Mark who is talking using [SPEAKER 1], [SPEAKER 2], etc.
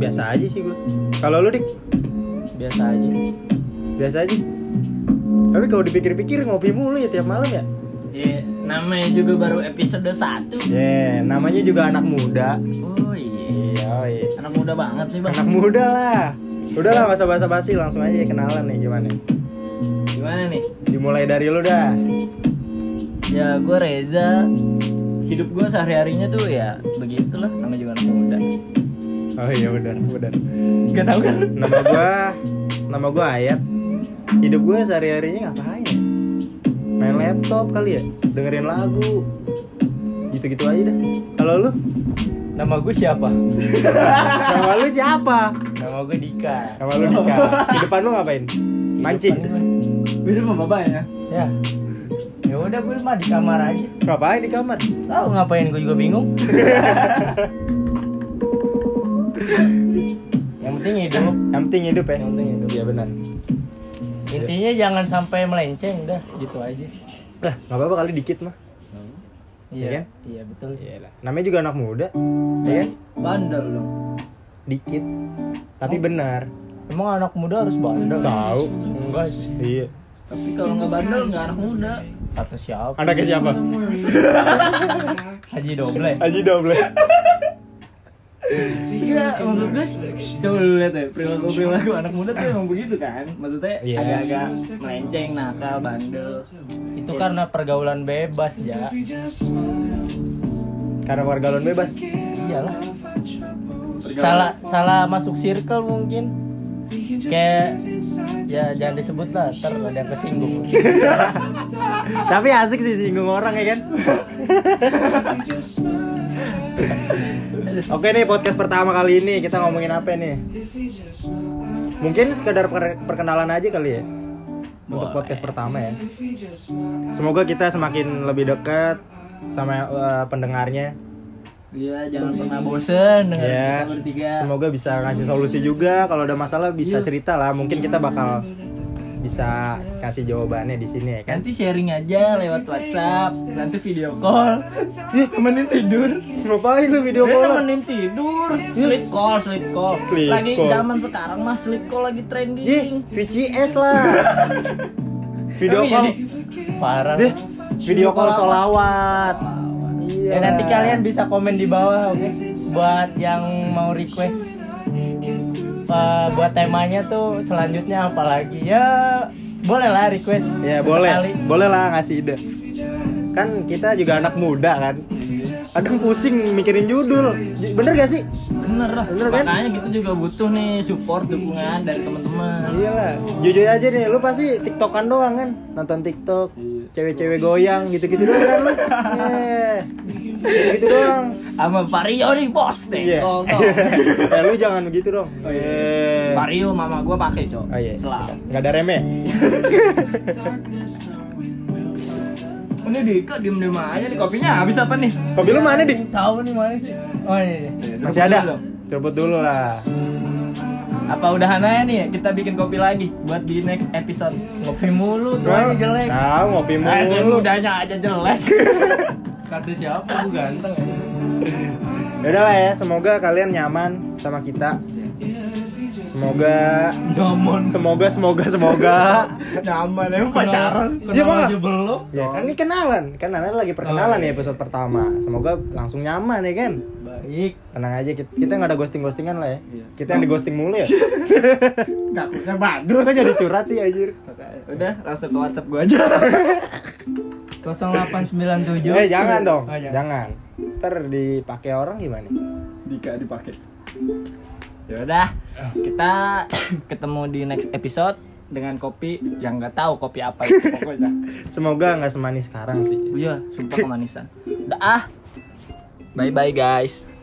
[SPEAKER 1] biasa aja sih gue kalau lu dik
[SPEAKER 2] biasa aja
[SPEAKER 1] biasa aja tapi kalau dipikir-pikir ngopi mulu ya tiap malam ya
[SPEAKER 2] ya namanya juga baru episode 1
[SPEAKER 1] yeah, namanya juga anak muda
[SPEAKER 2] oh iya
[SPEAKER 1] iya oi.
[SPEAKER 2] anak muda banget nih bang
[SPEAKER 1] anak muda lah udahlah masa basa basi langsung aja ya kenalan nih gimana
[SPEAKER 2] gimana nih
[SPEAKER 1] dimulai dari lu dah
[SPEAKER 2] ya gue Reza hidup gue sehari harinya tuh ya begitulah namanya juga anak muda
[SPEAKER 1] oh iya benar benar
[SPEAKER 2] gak tau kan
[SPEAKER 1] nama gua nama gua Ayat hidup gua sehari harinya ngapain ya? main laptop kali ya dengerin lagu gitu gitu aja dah kalau lu
[SPEAKER 3] Nama gue siapa?
[SPEAKER 1] nama lu siapa
[SPEAKER 3] Nama gue Dika.
[SPEAKER 1] nama lu Dika di depan lu ngapain mancing
[SPEAKER 3] Kehidupan
[SPEAKER 2] beda sama bapak ya
[SPEAKER 3] gue. Ya. Ya udah gue mah di kamar aja.
[SPEAKER 1] ngapain di kamar
[SPEAKER 3] Tahu ngapain gue juga bingung. yang penting hidup.
[SPEAKER 1] yang penting hidup ya
[SPEAKER 3] Yang penting hidup.
[SPEAKER 1] iya benar Ya.
[SPEAKER 3] Intinya jangan sampai melenceng dah, gitu aja.
[SPEAKER 1] lah nggak apa-apa kali dikit mah Iya kan?
[SPEAKER 3] Iya betul.
[SPEAKER 1] Iyalah. namanya juga anak muda ya kan?
[SPEAKER 2] bandel dong
[SPEAKER 1] dikit tapi
[SPEAKER 3] Oh.
[SPEAKER 1] benar
[SPEAKER 3] Emang anak muda harus bandel.
[SPEAKER 1] Tahu.
[SPEAKER 3] Enggak. sih.
[SPEAKER 1] iya
[SPEAKER 2] tapi kalau nggak bandel nggak anak muda
[SPEAKER 3] Kata siapa?
[SPEAKER 1] anaknya siapa
[SPEAKER 3] Haji Doble.
[SPEAKER 1] Aji Doble
[SPEAKER 2] Iya, maksud gue Coba lu lihat ya, perilaku-perilaku anak muda tuh emang begitu kan Maksudnya
[SPEAKER 1] Iya.
[SPEAKER 2] agak-agak melenceng, nakal, bandel
[SPEAKER 3] Itu karena pergaulan bebas ya.
[SPEAKER 1] karena warga lon bebas
[SPEAKER 3] Iyalah. Salah salah masuk circle mungkin. Kayak ya jangan disebut lah, ntar ada yang kesinggung.
[SPEAKER 1] tapi asik sih singgung orang ya kan oke nih podcast pertama kali ini kita ngomongin apa nih mungkin sekedar per- perkenalan aja kali ya untuk
[SPEAKER 2] Boleh.
[SPEAKER 1] podcast pertama ya semoga kita semakin lebih dekat sama eh, pendengarnya
[SPEAKER 2] Iya, jangan pernah bosen dengan
[SPEAKER 1] ya
[SPEAKER 2] kita bertiga Iya.
[SPEAKER 1] semoga bisa ngasih solusi juga kalau ada masalah bisa cerita lah mungkin kita bakal bisa kasih jawabannya di sini ya kan
[SPEAKER 2] Nanti sharing aja lewat WhatsApp, nanti video call
[SPEAKER 1] Ih, temenin tidur. Ngapain lu video
[SPEAKER 2] Dia
[SPEAKER 1] call?
[SPEAKER 2] nemenin tidur, sleep call, sleep call
[SPEAKER 1] Sleep
[SPEAKER 2] Lagi
[SPEAKER 1] call.
[SPEAKER 2] zaman sekarang mah sleep call lagi
[SPEAKER 1] Ih,
[SPEAKER 2] trending
[SPEAKER 1] VCS lah. video
[SPEAKER 2] Tapi
[SPEAKER 1] call.
[SPEAKER 2] jadi-
[SPEAKER 3] Parah.
[SPEAKER 1] Deh, video call
[SPEAKER 2] apa?
[SPEAKER 1] solawat. Iya.
[SPEAKER 3] Ya nanti kalian bisa komen di bawah, oke? Buat yang mau request eh, buat temanya tuh selanjutnya apa lagi ya boleh lah request
[SPEAKER 1] Ya
[SPEAKER 3] sesekali.
[SPEAKER 1] boleh, boleh lah ngasih ide. Kan kita juga anak muda kan. Kadang pusing mikirin judul. J- Bener gak sih?
[SPEAKER 2] Bener lah,
[SPEAKER 1] Bener kan?
[SPEAKER 2] makanya kita juga butuh nih support, dukungan dari teman-teman
[SPEAKER 1] Iyalah. Jujur aja nih, lu pasti tiktokan doang kan? Nonton tiktok, cewek-cewek goyang gitu-gitu doang kan lu? Yeah. Gitu-gitu doang.
[SPEAKER 2] sama Vario nih bos deh
[SPEAKER 1] Iya.
[SPEAKER 2] Kong, kong.
[SPEAKER 1] Eh lu jangan begitu dong. Eh.
[SPEAKER 2] Vario mama gue pakai cok
[SPEAKER 1] Oh iya.
[SPEAKER 2] selalu
[SPEAKER 1] Nggak ada rem ya?
[SPEAKER 2] Oh, ini Dika diem diem aja nih kopinya habis apa nih
[SPEAKER 1] Kopi lu mana, Dik?
[SPEAKER 3] tahu nih mana sih oh ini nih.
[SPEAKER 1] Masih ada. Cepet dulu lah.
[SPEAKER 2] apa udahan aja nih ya kita bikin kopi lagi buat di next episode
[SPEAKER 3] ngopi mulu tuanya jelek Nah,
[SPEAKER 1] Tahu ngopi
[SPEAKER 2] Eh,
[SPEAKER 1] mulu.
[SPEAKER 2] mudanya aja jelek
[SPEAKER 3] kata siapa gue ganteng ya.
[SPEAKER 1] Udah lah ya, semoga kalian nyaman sama kita. Semoga
[SPEAKER 3] Nyomon
[SPEAKER 1] semoga semoga semoga.
[SPEAKER 2] nyaman emang
[SPEAKER 1] Iya,
[SPEAKER 3] Kenal
[SPEAKER 1] Bang.
[SPEAKER 3] aja belum
[SPEAKER 1] ya kan ini kenalan, kan Nana lagi
[SPEAKER 3] Oh,
[SPEAKER 1] perkenalan
[SPEAKER 3] iya.
[SPEAKER 1] ya episode pertama. Semoga langsung nyaman ya kan.
[SPEAKER 2] baik
[SPEAKER 1] Tenang aja kita kita nggak ada ghosting ghostingan lah ya.
[SPEAKER 3] Iya.
[SPEAKER 1] Kita
[SPEAKER 3] Oh.
[SPEAKER 1] yang di ghosting mulu ya.
[SPEAKER 2] takutnya badut
[SPEAKER 1] Dulu kan jadi curhat sih anjir.
[SPEAKER 2] udah langsung ke WhatsApp gue aja
[SPEAKER 3] 0897
[SPEAKER 1] Eh jangan dong,
[SPEAKER 3] Iya. Oh, jangan.
[SPEAKER 1] jangan. Ntar dipakai orang gimana?
[SPEAKER 2] Dika dipakai ya udah kita ketemu di next episode dengan kopi yang nggak tahu kopi apa itu pokoknya
[SPEAKER 1] Semoga nggak semanis sekarang sih.
[SPEAKER 2] ah. Iya, sumpah kemanisan. Dah. Bye bye guys.